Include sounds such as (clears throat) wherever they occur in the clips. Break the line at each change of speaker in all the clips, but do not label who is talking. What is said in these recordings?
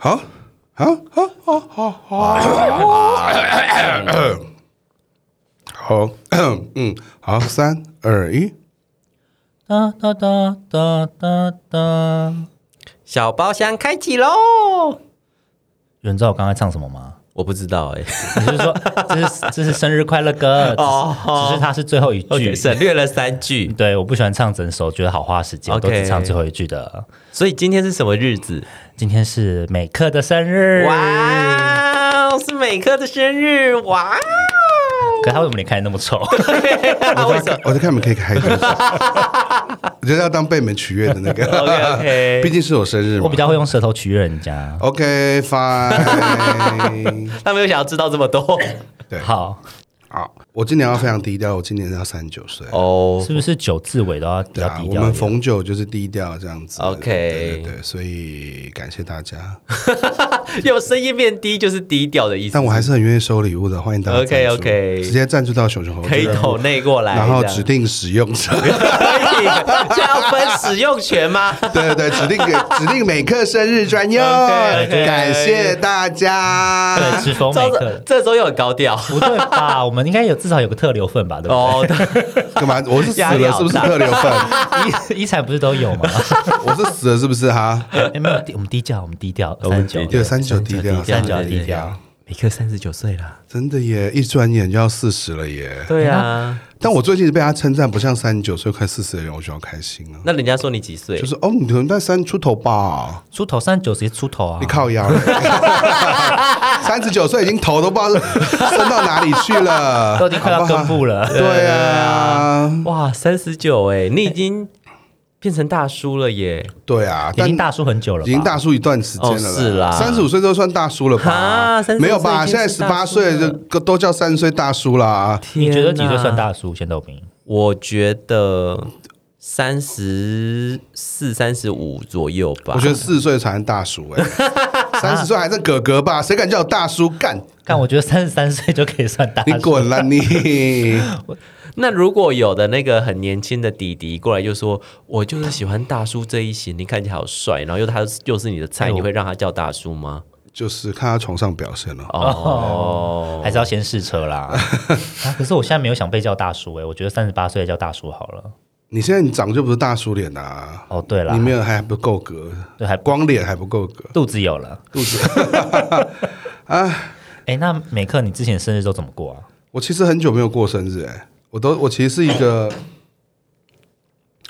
好，好，好，好，好，好，好， (clears throat) 嗯，好，三二一，
哒哒哒哒哒哒。
小包厢开启喽！
有人知道我刚才唱什么吗？
我不知道哎、
你是说 (laughs) 这是这是生日快乐歌？只
哦
是只是它是最后一句
OK，。省略了三句，
对，我不喜欢唱整首，觉得好花时间，我都
OK
只唱最后一句的。
所以今天是什么日子？
今天是美克的生日，
哇哦，是美克的生日！哇哦，
可他为什么脸看起来那么
(laughs)
丑？
我在呃我在看你们可以开歌，我觉得要当被你们取悦的那个
OK，OK
毕竟是我生日
我
嘛
比。较会用舌头取悦人家。
OK fine，
他没有想要知道这么多
对
好，
(laughs) 好，我今年要非常低调，我今年要三十九岁。
哦
是。不是九字尾都要比
对
较
啊，
低
我
调一
们
点？
逢九就是低调这样子。
OK
对对对，所以感谢大家。
有声音变低就是低调的意思。
但我还是很愿意收礼物的，欢迎大家赞助。
(laughs) OK，OK
直接赞助到熊熊猴俱乐部，
可以投内过来，
然后
这样
指定使用
(laughs)
者。
可以，这要分使用权吗？
(laughs) 对对对，指定
(laughs)
给指定每克生日专用，
OK，OK
感谢大
对，
家。
只
(laughs)
逢美
这
克，
这周又很高调
不对吧？我们应该有至少有个特留份吧？对不
哦，
干嘛？我是死
压力
了
好
是不是
大
特留份？
对？ (laughs) 遗遗产不是都有吗？
我是死了是不是哈？
(laughs) 哎没有，低我们低调，我们低调，
们
三九
低
对，三九低调，
三角
39
低调，
每克三十九岁啦。
真的耶！一转眼就要四十了耶。
对啊，
但我最近被他称赞不像三十九岁快四十的人，我就要开心了。
那人家说你几岁
就？是哦，你可能在三出头吧，
出头三九直接出头啊
你！靠
(laughs)
腰嘞，三十九岁已经头都不知道伸到哪里去了，
都已经快要
好不好
根部了
对啊，
哇，三十九哎，你已经变成大叔了耶！
对啊，
已
但
经大叔很久了吧，
已经大叔一段时间了，
哦是啦
三十五岁都算大叔了吧
哈35？
没有吧？
岁
现在
已经
十
是大
八
叔了
岁就都叫三十岁大叔啦。
你觉得几
天
岁
哪
算？大叔？先豆饼，
我觉得三十四、三十五左右吧。
我觉得四十岁才是大叔
(laughs)
哎、三十岁还是哥哥吧？谁敢叫我大叔干？
但我觉得三十三岁就可以算大
你
叔。
滚了你！
那如果有的那个很年轻的弟弟过来就说，我就是喜欢大叔这一型，你看起来好帅，然后又他又是你的菜，
哎呦
你会让他叫大叔吗？
(laughs) 就是看他床上表现了。
哦，
还是要先试车啦、 (laughs) 啊可是我现在没有想被叫大叔哎、我觉得三十八岁叫大叔好了。
你现在你长得就不是大叔脸啊！
哦，对啦
你，没有还不够格，
对还
光脸还不够格，
肚子有了。
肚
(laughs)
子。
哎、那美克，你之前生日都怎么过啊？
我其实很久没有过生日、欸，我都我其实是一个，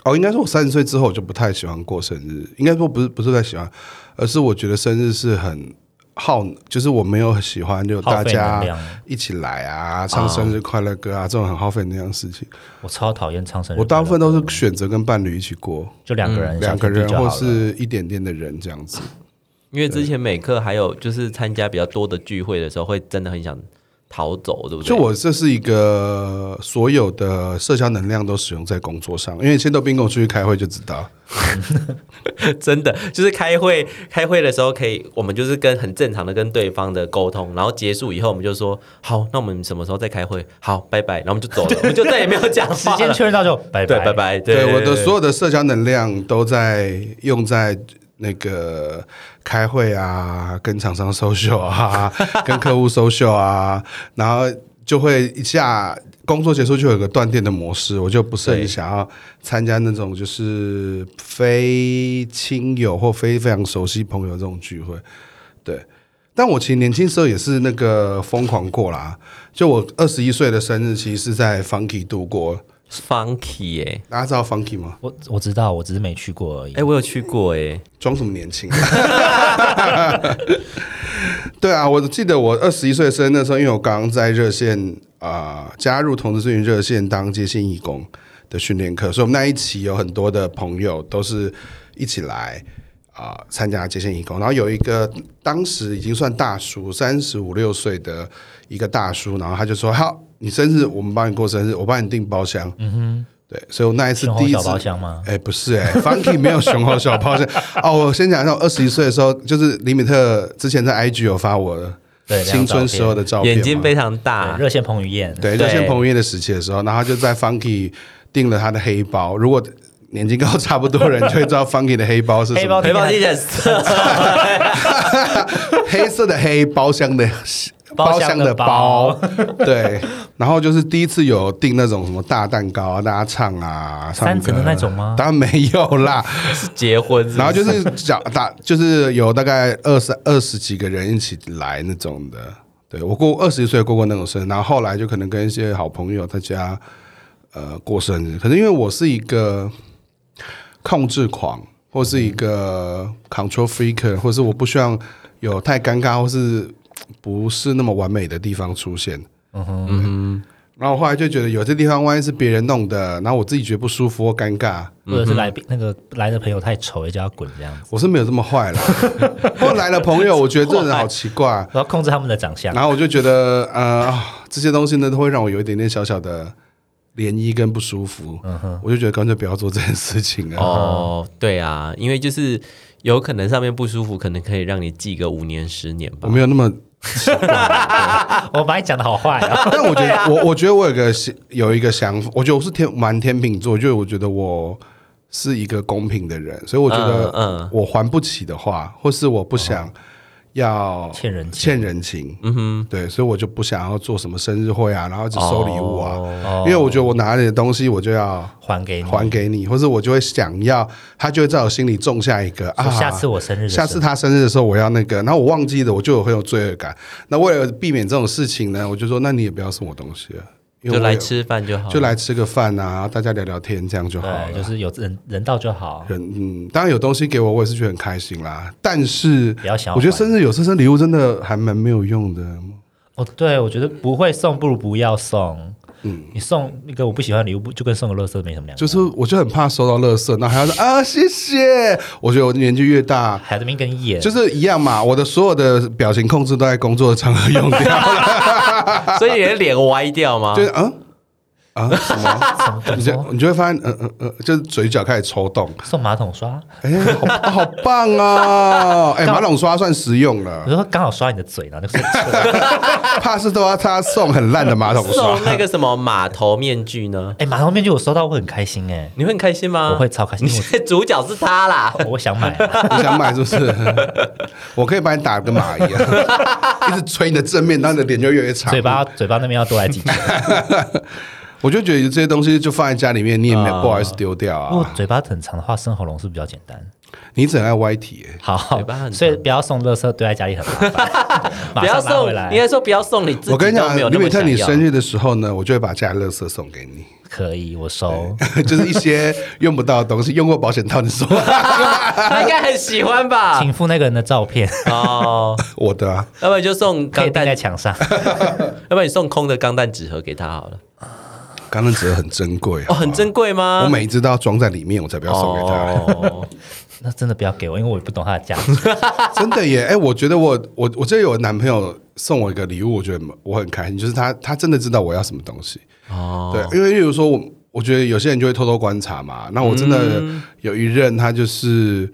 哦，应该说我三十岁之后我就不太喜欢过生日，应该说不是不是不太喜欢，而是我觉得生日是很耗，就是我没有很喜欢就大
耗费能
家
量
一起来啊，唱生日快乐歌啊，这种很耗费能量的事情，
我超讨厌唱生日快乐歌，
我大部分都是选择跟伴侣一起过，
就两个人，
两个
小群聚
人
就好
或
了
是一点点的人这样子。
因为之前美克还有就是参加比较多的聚会的时候，会真的很想逃走，对不对？
就我这是一个所有的社交能量都使用在工作上，因为先都兵跟我出去开会就知道。
(laughs) 真的就是开会，开会的时候可以，我们就是跟很正常的跟对方的沟通，然后结束以后，我们就说好，那我们什么时候再开会？好，拜拜，然后我们就走 (laughs) 了，我们就再也没有讲
时
话
间
了。
确认到就拜拜，
对，拜。拜，
对我的所
说
有的社交能量都在用在那个开会啊，跟厂商 social 啊，跟客户 social 啊，然后就会一下工作结束就有个断电的模式，我就不是
对
很想要参加那种就是非亲友或非非常熟悉朋友这种聚会，对。但我其实年轻时候也是那个疯狂过啦，就我二十一岁的生日，其实是在 Funky 度过。
funky 耶，
大家知道 Funky 吗？
我我知道，我只是没去过而已。
哎，我有去过哎，
装什么年轻？啊 (laughs) 对啊，我记得我二十一岁生日那时候，因为我刚在热线啊、呃加入同志志愿热线当接线义工的训练课，所以我们那一期有很多的朋友都是一起来啊、呃参加接线义工，然后有一个当时已经算大叔，三十五六岁的一个大叔，然后他就说：“好，你生日我们帮你过生日，我帮你订包厢。”嗯哼，对，所以我那一次
熊
第
猴
一
小
次
包厢吗？
哎、不是哎、f u n k y 没有熊猴小炮声 (laughs) 哦。我先讲一下，我二十一岁的时候，就是李米特之前在 IG 有发我
对
青春时候的照片嘛，
眼睛非常大
对，啊热线彭于晏，
对，
对
就像彭于晏的时期的时候，然后他就在 Funky 订了他的黑包。如果年纪跟我差不多的人就会知道 Funky 的黑包是什
黑
么
包，
黑豹听起来很色
(laughs) 黑色的黑，包厢的
包
厢
厢
的
的包
包，对。然后就是第一次有订那种什么大蛋糕啊，大家唱啊，唱
三层的
歌
那种吗
当然没有啦，
是结婚是不是
然后就是讲打，就是有大概二十二十几个人一起来那种的。对我过二十岁过过那种生日，然后后来就可能跟一些好朋友在家呃过生日。可是因为我是一个控制狂，或是一个 control freak，或是我不希望有太尴尬或是不是那么完美的地方出现。
嗯
然后我后来就觉得有些地方万一是别人弄的，然后我自己觉得不舒服或尴尬，
或者是来宾那个来的朋友太丑，也叫他滚这样子，
我是没有这么坏
(laughs)
了。后来的朋友，我觉得这人好奇怪，
然后控制他们的长相。
然后我就觉得呃啊这些东西呢都会让我有一点点小小的涟漪跟不舒服，我就觉得干脆不要做这件事情
哼，
啊。
嗯哦，对啊，因为就是有可能上面不舒服，可能可以让你记个五年十年吧
我。没有那
(laughs)
么，啊
我把你讲的好坏
(laughs)
啊，
但我觉得、我我觉得我有个有一个想法，我觉得我是天蛮天秤座，就是我觉得我是一个公平的人，所以我觉得
嗯哦嗯
我还不起的话，或是我不想要
欠人情
欠人情，
嗯哼，
对，所以我就不想要做什么生日会啊，然后一直收礼物啊，
哦
因为我觉得我拿你的东西我就要。
还给你，
还给你，或者我就会想要，他就会在我心里种下一个啊，
说下次我生日的时
下
候，
次他生日的时候我要那个，然后我忘记了，我就有很有罪恶感。那为了避免这种事情呢，我就说，那你也不要送我东西了，因为我
就来
也，
吃饭就好，
就来 (laughs) 吃个饭啊，大家聊聊天，这样就好了。
对，就是有人人到就好，
人嗯，当然有东西给我，我也是觉得很开心啦。但是
不要想要还。
我觉得生日有时候生礼物真的还蛮没有用的。
哦，对，我觉得不会送不如不要送。嗯，你送一个我不喜欢的礼物，不就跟送个垃圾没什么两样？
就是我就很怕收到垃圾，那还要说啊谢谢。我觉得我年纪越大，
还在那边跟演，
就是一样嘛。我的所有的表情控制都在工作的场合用掉了，
所以你的脸歪掉吗？
就是嗯啊什么，
什么
你
什
就
么
你就会发现，嗯嗯嗯，就是嘴角开始抽动。
送马桶刷，
哎、好啊好棒哦！哎、
干
马桶刷算实用
我
了，
说刚好刷你的嘴，然后就是？
(laughs) 怕是都要他送很烂的马桶刷
(laughs) 送。啊那个什么马头面具呢
哎，马桶面具我收到，我会很开心哎，
你会很开心吗？
我会超开心
你现在主角是他啦，
我想买啊，
你想买是不是？ (laughs) 我可以把你打跟马一样，啊 (laughs) 一直捶你的正面，然后你的脸就越来越长。
嘴巴嘴巴那边要多来几天，
我就觉得这些东西就放在家里面，你也没
啊
有不好意思丢掉
如果
啊。
哦嘴巴很长的话，生喉咙是比较简单。
你只爱歪体、哎
好
嘴巴很，长
所以不要送垃圾，堆在家里很麻烦， (laughs) 马
(laughs) 不要
上拿
送
回，来
应。该说不要送你自己。
我跟你讲，
没有
李
那
美
么
特，
想
你
要
生日的时候呢，我就会把家里垃圾送给你， (laughs)
可以，我收。
就是一些用不到的东西，用过保险套，你
(laughs)
说
(laughs) 他应该很喜欢吧？
请附那个人的照片，
哦，
我的、啊，
要不然就送
可以钉
钢弹，
在
要
墙上。
不然你送空的钢弹纸盒给他好了。
刚刚纸很珍贵、啊
哦，很珍贵吗？
我每一只都要装在里面，我才不要送给他。
哦，
那真的不要给我，因为我也不懂它的价值。
(laughs)
真的耶！哎、我觉得我我我这有男朋友送我一个礼物，我觉得我很开心，就是他他真的知道我要什么东西。
哦，
对，因为例如说我我觉得有些人就会偷偷观察嘛，那我真的
嗯
有一任他就是。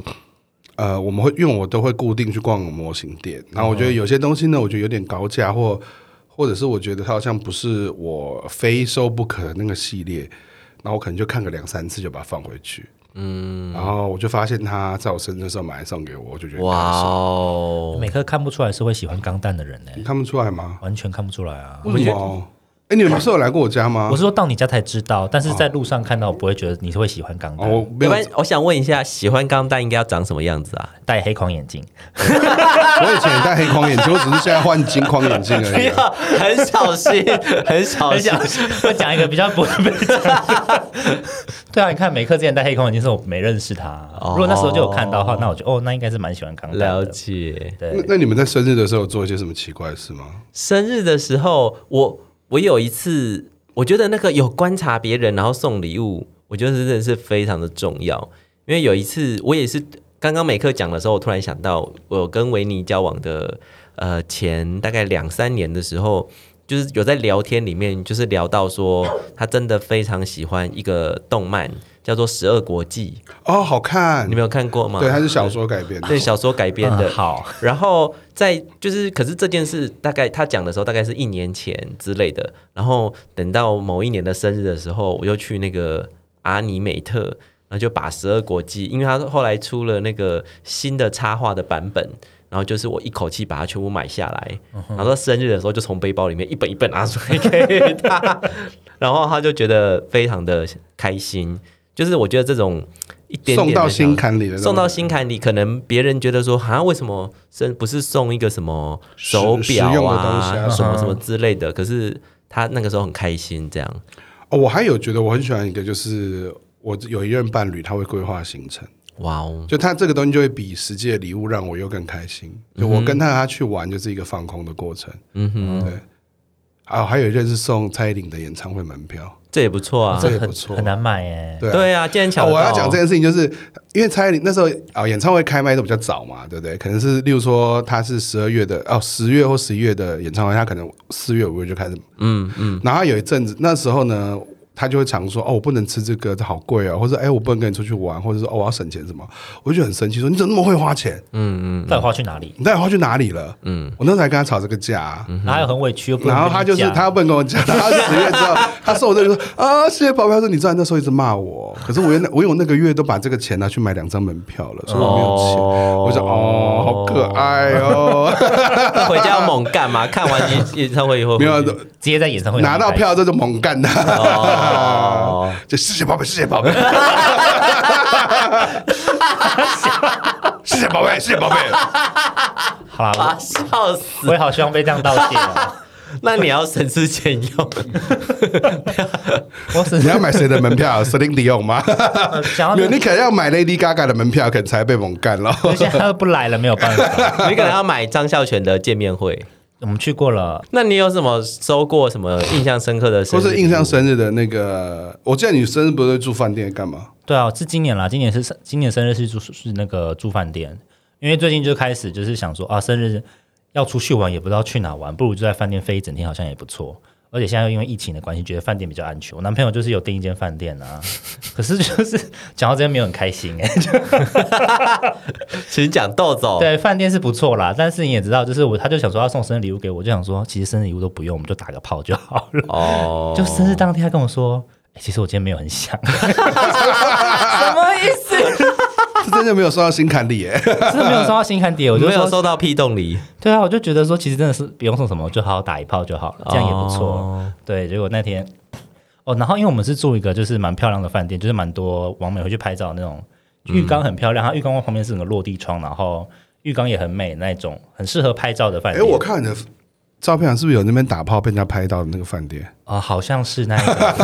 呃，我们会因为我都会固定去逛模型店，
哦
然后我觉得有些东西呢，我觉得有点高价，或或者是我觉得它好像不是我非收不可的那个系列，然后我可能就看个两三次就把它放回去，嗯，然后我就发现他在我生日的时候买来送给我，我就觉得很
哇
开心，
哦，
每颗看不出来是会喜欢钢弹的人呢、
你看不出来吗？
完全看不出来啊。
为什么？哎，你们不是有来过我家吗
我？是说到你家才知道，但是在路上看到，我不会觉得你是会喜欢钢弹。
哦，我没
要
有
不然我想问一下，喜欢钢弹应该要长什么样
(laughs)
子啊？
戴黑框眼镜，
我以前也戴黑框眼镜，我只是现在换金框眼镜而
不
已
要
啊。，
很小心，很小
我
心
想。我讲一个比较不 (laughs) 会被讲的。对啊，你看每颗之前戴黑框眼镜是我没认识他、
哦
如果那时候就有看到的话，那我就哦，那应该是蛮喜欢钢弹
了
的。
解。
那
对，
那你们在生日的时候有做一些什么奇怪的事吗？
生日的时候，我我有一次，我觉得那个有观察别人然后送礼物，我觉得真的是非常的重要。因为有一次，我也是刚刚美克讲的时候，我突然想到，我跟维尼交往的呃前大概两三年的时候，就是有在聊天里面，就是聊到说他真的非常喜欢一个动漫，叫做《十二国记
哦，好》，看
你，没有看过吗？
对，它是小说啊改编的
对。小说改编的
嗯。好，
然后在就是，可是这件事大概他讲的时候，大概是一年前之类的。然后等到某一年的生日的时候，我又去那个阿尼美特，然然后就把十二国际，因为他后来出了那个新的插画的版本，然后就是我一口气把它全部买下来，然后到生日的时候就从背包里面一本一本拿出来给他，然后他就觉得非常的开心，就是我觉得这种一点点
送到
的小
心坎里的那种
送到心坎里，可能别人觉得说，啊，为什么是不是送一个什么手
实
表
实用的东
啊，
西啊
什么
嗯
什么之类的？可是他那个时候很开心，这样
哦，我还有觉得我很喜欢一个，就是我有一任伴侣，他会规划行程，
哇哦，
就他这个东西就会比实际的礼物让我又更开心。就我跟他他去玩，就是一个放空的过程。
嗯哼，
啊，还有一任是送蔡依林的演唱会门票，
这也不错啊
这，也
很
不错
很。难买哎。
对啊
对啊，竟然
哦
抢、
我要讲这，件事情，就是因为蔡依林那时候啊、演唱会开卖都比较早嘛，对不对？可能是例如说他是十二月的哦，十月或十一月的演唱会，他可能四月五月就开始。
嗯嗯，
然后他有一阵子那时候呢，他就会常说哦，我不能吃这个，这好贵哦，或者哎，我不能跟你出去玩，或者说哦，我要省钱什么，我就觉得很生气，说你怎么那么会花钱？嗯
到底花去哪里？
你到底花去哪里了？嗯，我那时候还跟他吵这个架、啊
然后又很委屈，又不
嗯
能
然后他
跟
就
你
是
讲
他又不能跟我讲，然后十月之后，他说我这就说啊，谢谢宝贝。他说你知道你那时候一直骂我，可是我原来我有那个月都把这个钱拿去买两张门票了，所以我没有钱。我就哦，好可爱哦，
那回家要猛干嘛？看完演
(laughs)
演唱会以后，
没有啊
直接在演唱会
拿到
买
票这就猛干他，
哦，
(laughs) 就谢谢宝贝，谢谢宝贝，谢谢宝贝，谢谢宝贝。
好啦
啊，，笑死！
我我也好希望被这样道歉哦。
那你要省吃俭
(laughs)
用，
我只
你
是
要买谁的门票？Celine Dion 吗？
想要
没有，你可能要买 Lady Gaga 的门票，可能才被猛干了。
而且他又不来了，没有办法。
你可能要买张孝全的见面会。
我们去过了，
那你有什么收过什么印象深刻的生
或
日礼物？
是印象生日的那个，我记得你生日不是住饭店干
(laughs)
嘛？
对啊，是今年啦，今年是今年生日是住是那个住饭店，因为最近就开始就是想说啊，生日要出去玩也不知道去哪玩，不如就在饭店飞一整天，好像也不错。而且现在又因为疫情的关系，觉得饭店比较安全。我男朋友就是有订一间饭店啊， (laughs) 可是就是讲到这边没有很开心哎、
请讲豆总。
(laughs) 对，饭店是不错啦，但是你也知道，就是我他就想说要送生日礼物给我，就想说其实生日礼物都不用，我们就打个炮就好了。
哦，
就生日当天，他跟我说、欸其实我今天没有很想，
(laughs)
(laughs)
什么意思？
是真的没有收到心坎里
(laughs)
耶。
真的没有收到心坎底，我
我
就
没有
说
收到屁洞梨，
对啊，我就觉得说其实真的是不用送什么，就好好打一炮就好了，这样也不错。
哦
对，结果那天哦，然后因为我们是住一个就是蛮漂亮的饭店，就是蛮多网美会去拍照的那种，浴缸很漂亮，它浴缸旁边是整个落地窗，然后浴缸也很美那种，很适合拍照的饭
哎，
店。
我看你的照片是不是有那边打炮被人家拍到的那个饭店？
啊、好像是那一 (laughs) 个，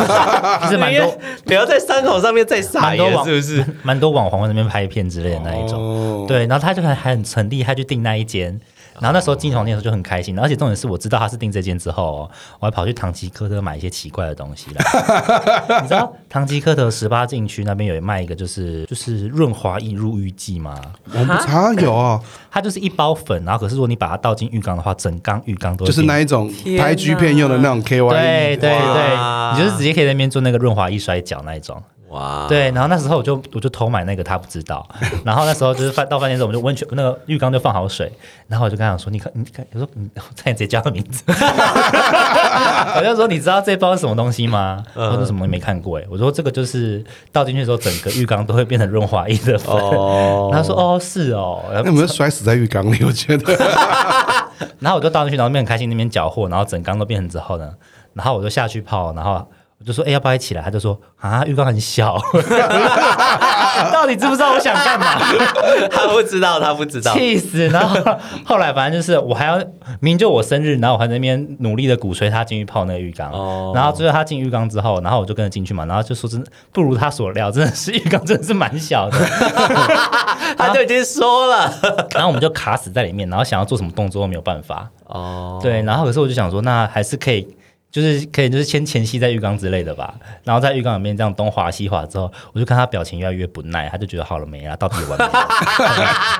其
(laughs)
实蛮多
不要在伤口上面再撒
蛮多
盐，
网
是不是？
蛮多网红在那边拍片之类的那一种。
哦
种，
对，然后他就还很很厉害，去订那一间。然后那时
哦
候进床店的时候就很开心，而且重点是我知道他是订这间之后哦、我还跑去唐吉诃德买一些奇怪的东西来。
(laughs)
你知道唐吉诃德十八禁区那边有卖一个就是就是润滑液入浴剂吗？
我不查有
(laughs)
啊，
它就是一包粉，然后可是如果你把它倒进浴缸的话，整缸浴缸都
就是那
一
一种
天哪
拍 G 片用的那种 K Y，E
对对对
哇，
你就是直接可以在那边做那个润滑液摔跤那一种。
哇，
对，然后那时候我就我就偷买那个，他不知道。 (laughs) 然后那时候就是饭到饭店之后，我们就温泉那个浴缸就放好水，然后我就跟他讲说：“你看，你看，我说你我差点直接叫他名字。” (laughs) 我就说：“你知道这包是什么东西吗？”他说：“什么没看过、欸？”我说：“这个就是倒进去的时候，整个浴缸都会变成润滑液的粉。
哦，
他说：“哦，是哦。”然
那
后
有没有摔死在浴缸里？我觉
(laughs)
得
然后我就倒进去，然后那边很开心，那边搅和，然后整缸都变成之后呢，然后我就下去泡，然后我就说，哎、要不要一起来？他就说，啊，浴缸很小， (laughs) 到底知不知道我想干嘛？
他不知道，他不知道，
气死！然后后来反正就是我还要，明明就我生日，然后我还在那边努力的鼓吹他进去泡那个浴缸，
哦
然后最后他进浴缸之后，然后我就跟着进去嘛，然后就说真的不如他所料，真的是浴缸真的是蛮小的， (laughs)
他就已经说了。
然后我们就卡死在里面，然后想要做什么动作都没有办法，
哦，
对，然后可是我就想说，那还是可以，就是可以，就是先前戏在浴缸之类的吧。然后在浴缸里面这样东滑西滑之后，我就看他表情越来越不耐，他就觉得好了没啊，到底完没啊，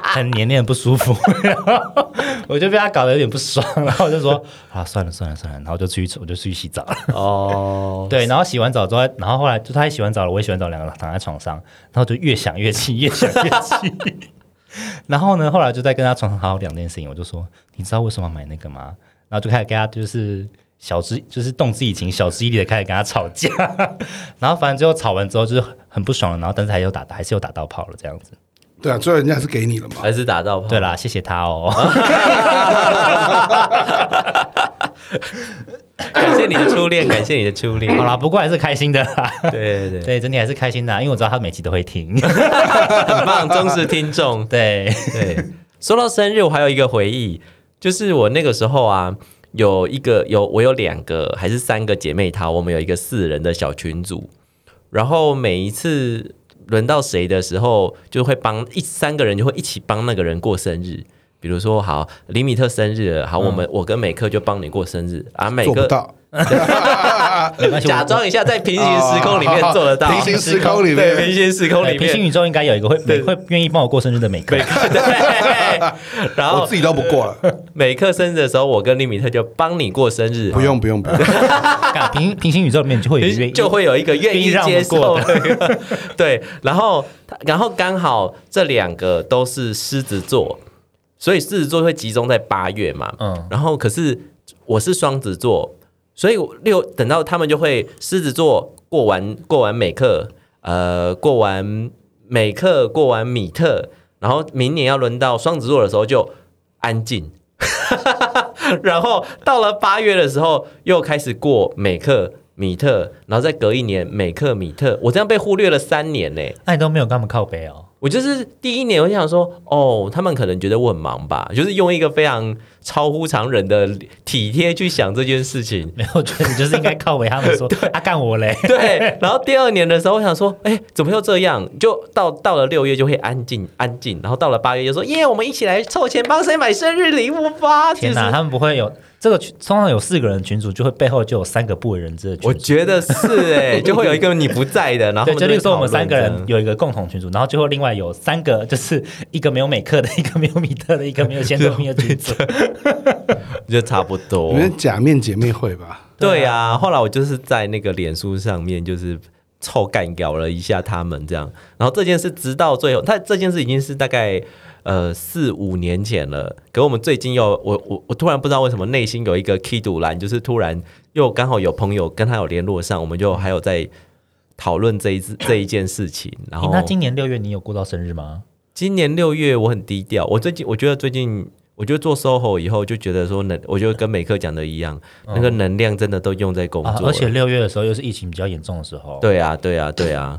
很黏黏不舒服。 (laughs) 然后我就被他搞得有点不爽，然后我就说啊，算了算了算了，然后就去我就去洗澡了。
哦，
对，然后洗完澡之后，然后后来就他也洗完澡了，我也洗完澡，两个人躺在床上，然后就越想越气，越想越气。 (laughs) 然后呢，后来就在跟他床上好好两件事情，我就说，你知道为什么要买那个吗？然后就开始跟他就是 (laughs) 晓之，就是动之以情，晓之以理的开始跟他吵架。然后反正最后吵完之后，就是很不爽，然后但是还有打还是有打到炮了这样子。
对啊，最后人家是给你了嘛。
还是打到炮？
对啦，谢谢他哦。
感谢你的初恋，感谢你的初恋。
好啦，不过还是开心的啦。
对 (laughs) 对对，
对，整体还是开心的啊、因为我知道他每集都会听。 (laughs)
很棒，忠实听众。
对，
(laughs) 对，说到生日，我还有一个回忆，就是我那个时候啊，有一个有我有两个还是三个姐妹淘，我们有一个四人的小群组，然后每一次轮到谁的时候，就会帮一三个人就会一起帮那个人过生日。比如说，好，李米特生日了，好，我们、我跟美克就帮你过生日啊，每
嗯做不
个
到，
没关系，我
啊假装一下在平行时空里面做得到，
哦平行时空里
对，
面
平行时
我
空
哎
里
平行
面，
宇宙应该有一个会每会愿意帮我过生日的美克。
(laughs)
(laughs)
对，然
我
后
自己都不过了，
每克生日的时候，我跟利米特就帮你过生日，
不用不用不用，
哦干平平行宇宙里面就会有一个
就会有一个愿
愿意
意
让
接
我
受
过
的， (laughs) 对。然后，然后刚好这两个都是狮子座，所以狮子座会集中在八月嘛。
嗯
然后可是我是双子座，所以我六等到他们就会狮子座过完过完美克，呃，过完美克，过完米特，然后明年要轮到双子座的时候就安静。 (laughs) 然后到了八月的时候，又开始过美克、米特，然后再隔一年美克、米特，我这样被忽略了三年呢、
啊那你都没有跟他们靠背哦。 (laughs)
我就是第一年，我就想说，哦，他们可能觉得我很忙吧，就是用一个非常超乎常人的体贴去想这件
(laughs)
事情。
没有，我觉得你就是应该靠背他们
(laughs)
说他干我嘞。
对，然后第二年的时候，我想说，哎、怎么又这样？就到到了六月就会安静安静，然后到了八月就说，耶，我们一起来凑钱帮谁买生日礼物吧。
天
就是
哪，他们不会有这个群，通常有四个人的群组，就会背后就有三个不为人知的群
我
组。
觉得是哎、 (laughs) 就会有一个你不在的，然后
对，就例
是
如说我们三个人有一个共同群组，然后最后另外有三个，就是一个没有美克的，一个没有米特的，一个没有先
(laughs)
斗米的群组。
就差不多
你。们假面姐妹会吧？
对啊，后来我就是在那个脸书上面就是臭干掉了一下他们这样，然后这件事直到最后，他这件事已经是大概呃四五年前了，可我们最近又我我我突然不知道为什么内心有一个 key 堵栏，就是突然又刚好有朋友跟他有联络上，我们就还有在。讨论这
(coughs)
一次这一件事情，然
诶
后
那今年六月你有过到生日吗？
今年六月我很低调，我最近我觉得最近。我觉得做 SOHO 以后就觉得说能，我觉得跟美克讲的一样，那个能量真的都用在工
哦啊，
作
而且
了。
六月的时候又是疫情比较严重的时候。
对啊，对啊，对啊，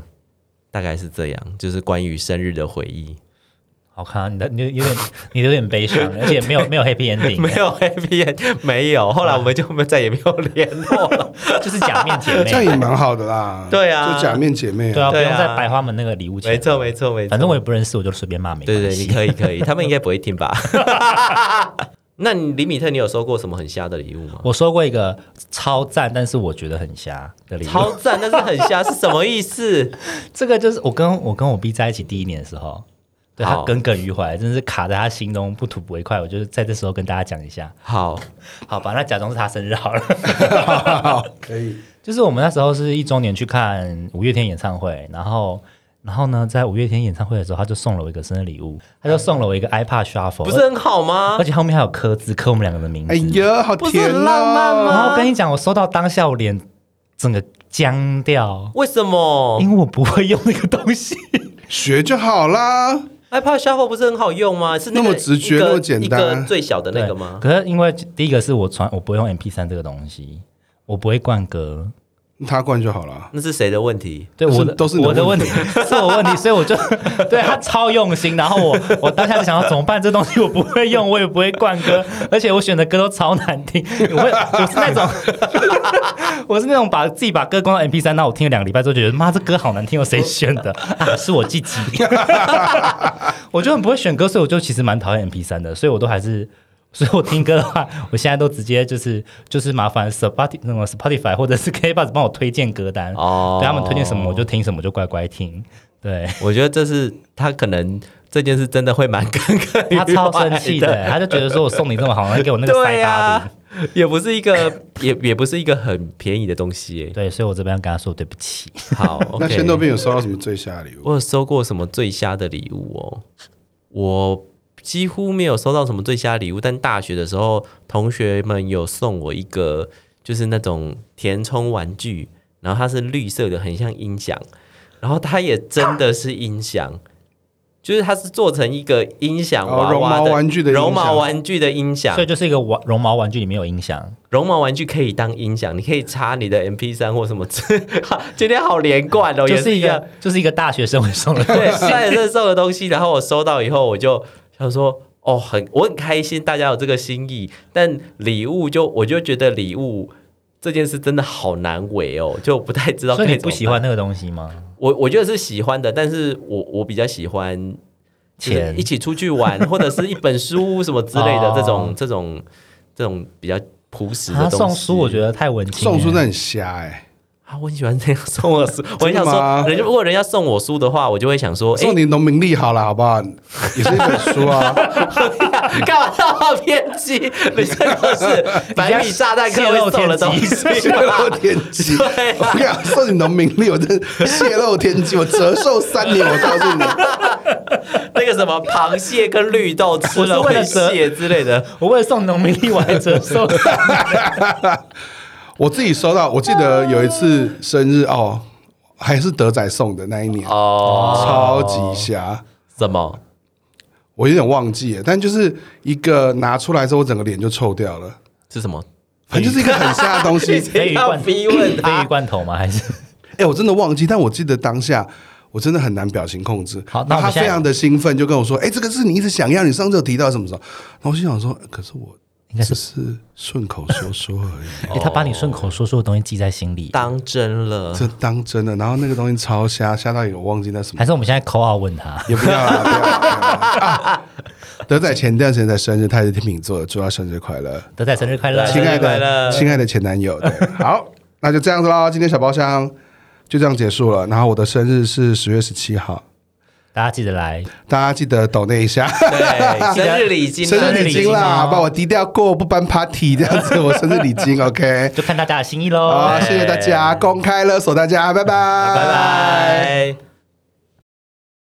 大概是这样，就是关于生日的回忆，
好看，你的你的有点你的有点悲伤，而且没有没有 happy ending，
(laughs) (laughs) 没有 happy end，没有。后来我们就没有再也没有联络 (laughs) 了。
就是假面姐
这样
妹，
也蛮好的啦。
对啊
就假面姐妹
对啊，
啊。
不
对啊
用在百花门那个礼物前，
没错，没错，没错。
反正我也不认识，我就随便骂没关
对
系。
对，你可以，可以，他们应该不会听 (laughs) 吧？那你李米特，你有收过什么很瞎的礼物吗？
我收过一个超赞，但是我觉得很瞎的礼物。
超赞，但是很瞎是什么意思？ (laughs)
这个就是我跟我跟我 B 在一起第一年的时候，对他
好
耿耿于怀，真是卡在他心中不吐不为快。我就是在这时候跟大家讲一下，
好，
好吧，那假装是他生日好了。
可以。
就是我们那时候是一周年去看五月天演唱会，然后然后呢，在五月天演唱会的时候，他就送了我一个生日礼物，他就送了我一个 iPad Shuffle，
不是啊很好吗
而？且后面还有刻字，刻我们两个的名字。
哎呀，好
不是
甜
很浪漫
哦
吗
然后我跟你讲，我收到当下我脸整个僵掉，
为什么
因为我不会用那个东
(laughs)
西。
学就好啦。
iPad Shuffle 不是很好用吗？是个
那么直觉
一个
那么简单
一个最小的那个吗？
对可是因为第一个是我传，我不会用 MP 三这个东西，我不会灌歌。
他灌就好了。
那是谁的问题？
对
是
我的
都是你的
我的
问
问题，是我问题，所以我就对他超用心。然后我我当下就想要怎么办？这东西我不会用，我也不会灌歌，而且我选的歌都超难听。我会我是那种 (laughs) 我是那种把自己把歌关到 M P 三，那我听了两个礼拜之后觉得妈这歌好难听哦，谁选的？啊、是我自己。我就很不会选歌，所以我就其实蛮讨厌 M P 三的，所以我都还是。 (laughs) 所以我听歌的话，我现在都直接就是就是麻烦 Spotify 那种 Spotify 或者是 K b o x 帮我推荐歌单
哦
对他们推荐什么我就听什么，就乖乖听。
(laughs)
对 (laughs)
我觉得这是他可能这件事真的会蛮尴尬，
他超生气
(laughs)
的，他就觉得说我送你这么好，然后给我那个塞
对啊
大
呀
饼。、
也不是一个也也不是一个很便宜的东西耶。
对，所以我这边要跟他说对不起。
好 o
那仙豆
k
冰有收到什么最瞎的礼物？
我有收过什么最瞎的礼物哦？我几乎没有收到什么最瞎的礼物，但大学的时候，同学们有送我一个，就是那种填充玩具，然后它是绿色的，很像音响。然后它也真的是音响，就是它是做成一个音响
哦
娃
绒
娃
毛
的
玩具的音响
绒毛玩具的音响
所以，就是一个玩绒毛玩具里面有音响，
绒毛玩具可以当音响，你可以插你的 MP 三或什么 (laughs) 之。今天好连贯哦，
就
也
是
是
一个就是一个大学生会送
(laughs)
(laughs) 的。
对，赛尔送的东西，然后我收到以后，我就想说，哦，很我很开心，大家有这个心意，但礼物就我就觉得礼物这件事真的好难为哦， (laughs) 就不太知道。
所以你不喜欢？那个东西吗？
我我觉得是喜欢的，但是我我比较喜欢就是
钱
一起出去玩，或者是一本书什么之类
(laughs)
的
哦
这种这种这种比较朴实
他
的东
送
西。
书我觉得太文青了，
送书那很瞎哎、
啊，我很喜欢这样送
(laughs)
我书，我很想
真的吗
说，人家如果人家送我书的话，我就会想说，哎、
送你农民历好了，好不好？也是一本书啊，
(laughs) 干嘛那么偏
(laughs)
激？你这个是百米炸弹客会送的东西
泄露
吧？
天机。
对啊
我跟你讲，送你农民历，我真的泄露天机，我折寿三年，我告诉
(laughs)
你。
(laughs) 那个什么螃蟹跟绿豆吃了会蟹之类的，
我为了送农民历我还折 (laughs)
(laughs)
寿，
我自己收到，我记得有一次生日哦，还是德仔送的那一年，
哦，
超级瞎，
什么？
我有点忘记了，但就是一个拿出来之后，我整个脸就臭掉了，
是什么？
反正就是一个很瞎的东
(laughs)
西。
鲱鱼罐
逼问他
鲱鱼罐头吗？还是
哎、我真的忘记，但我记得当下。我真的很难表情控制，
好那
然
我
后
们
他
现在
非常的兴奋，就跟我说：“哎、这个是你一直想要，你上次有提到什么时候？”然后我心想说：“可是我
应该
只
是
是顺口说说而已。”
诶哎他把你顺口说说的东西记在心里？
当真了？
这当真的，然后那个东西超瞎，瞎到有忘记那什么
还，是我们现在口号问他？
也不要了。不要啦不要啦啊德仔前段时间才生日，他也是天秤座的，祝他生日快乐，
德仔生日快乐！
生
亲
日
爱
快乐
的，亲爱的前男友。对，好，那就这样子啦，今天小包厢就这样结束了。然后我的生日是十月十七号，
大家记得来，
大家记得抖那一下。 (laughs)
对，生日礼金啊，
生日礼金啦，
哦
把我低调过，不办 party 这样子，我生日礼金 OK。
就看大家的心意喽。
好，谢谢大家，公开勒索大家，拜拜，拜
拜。拜。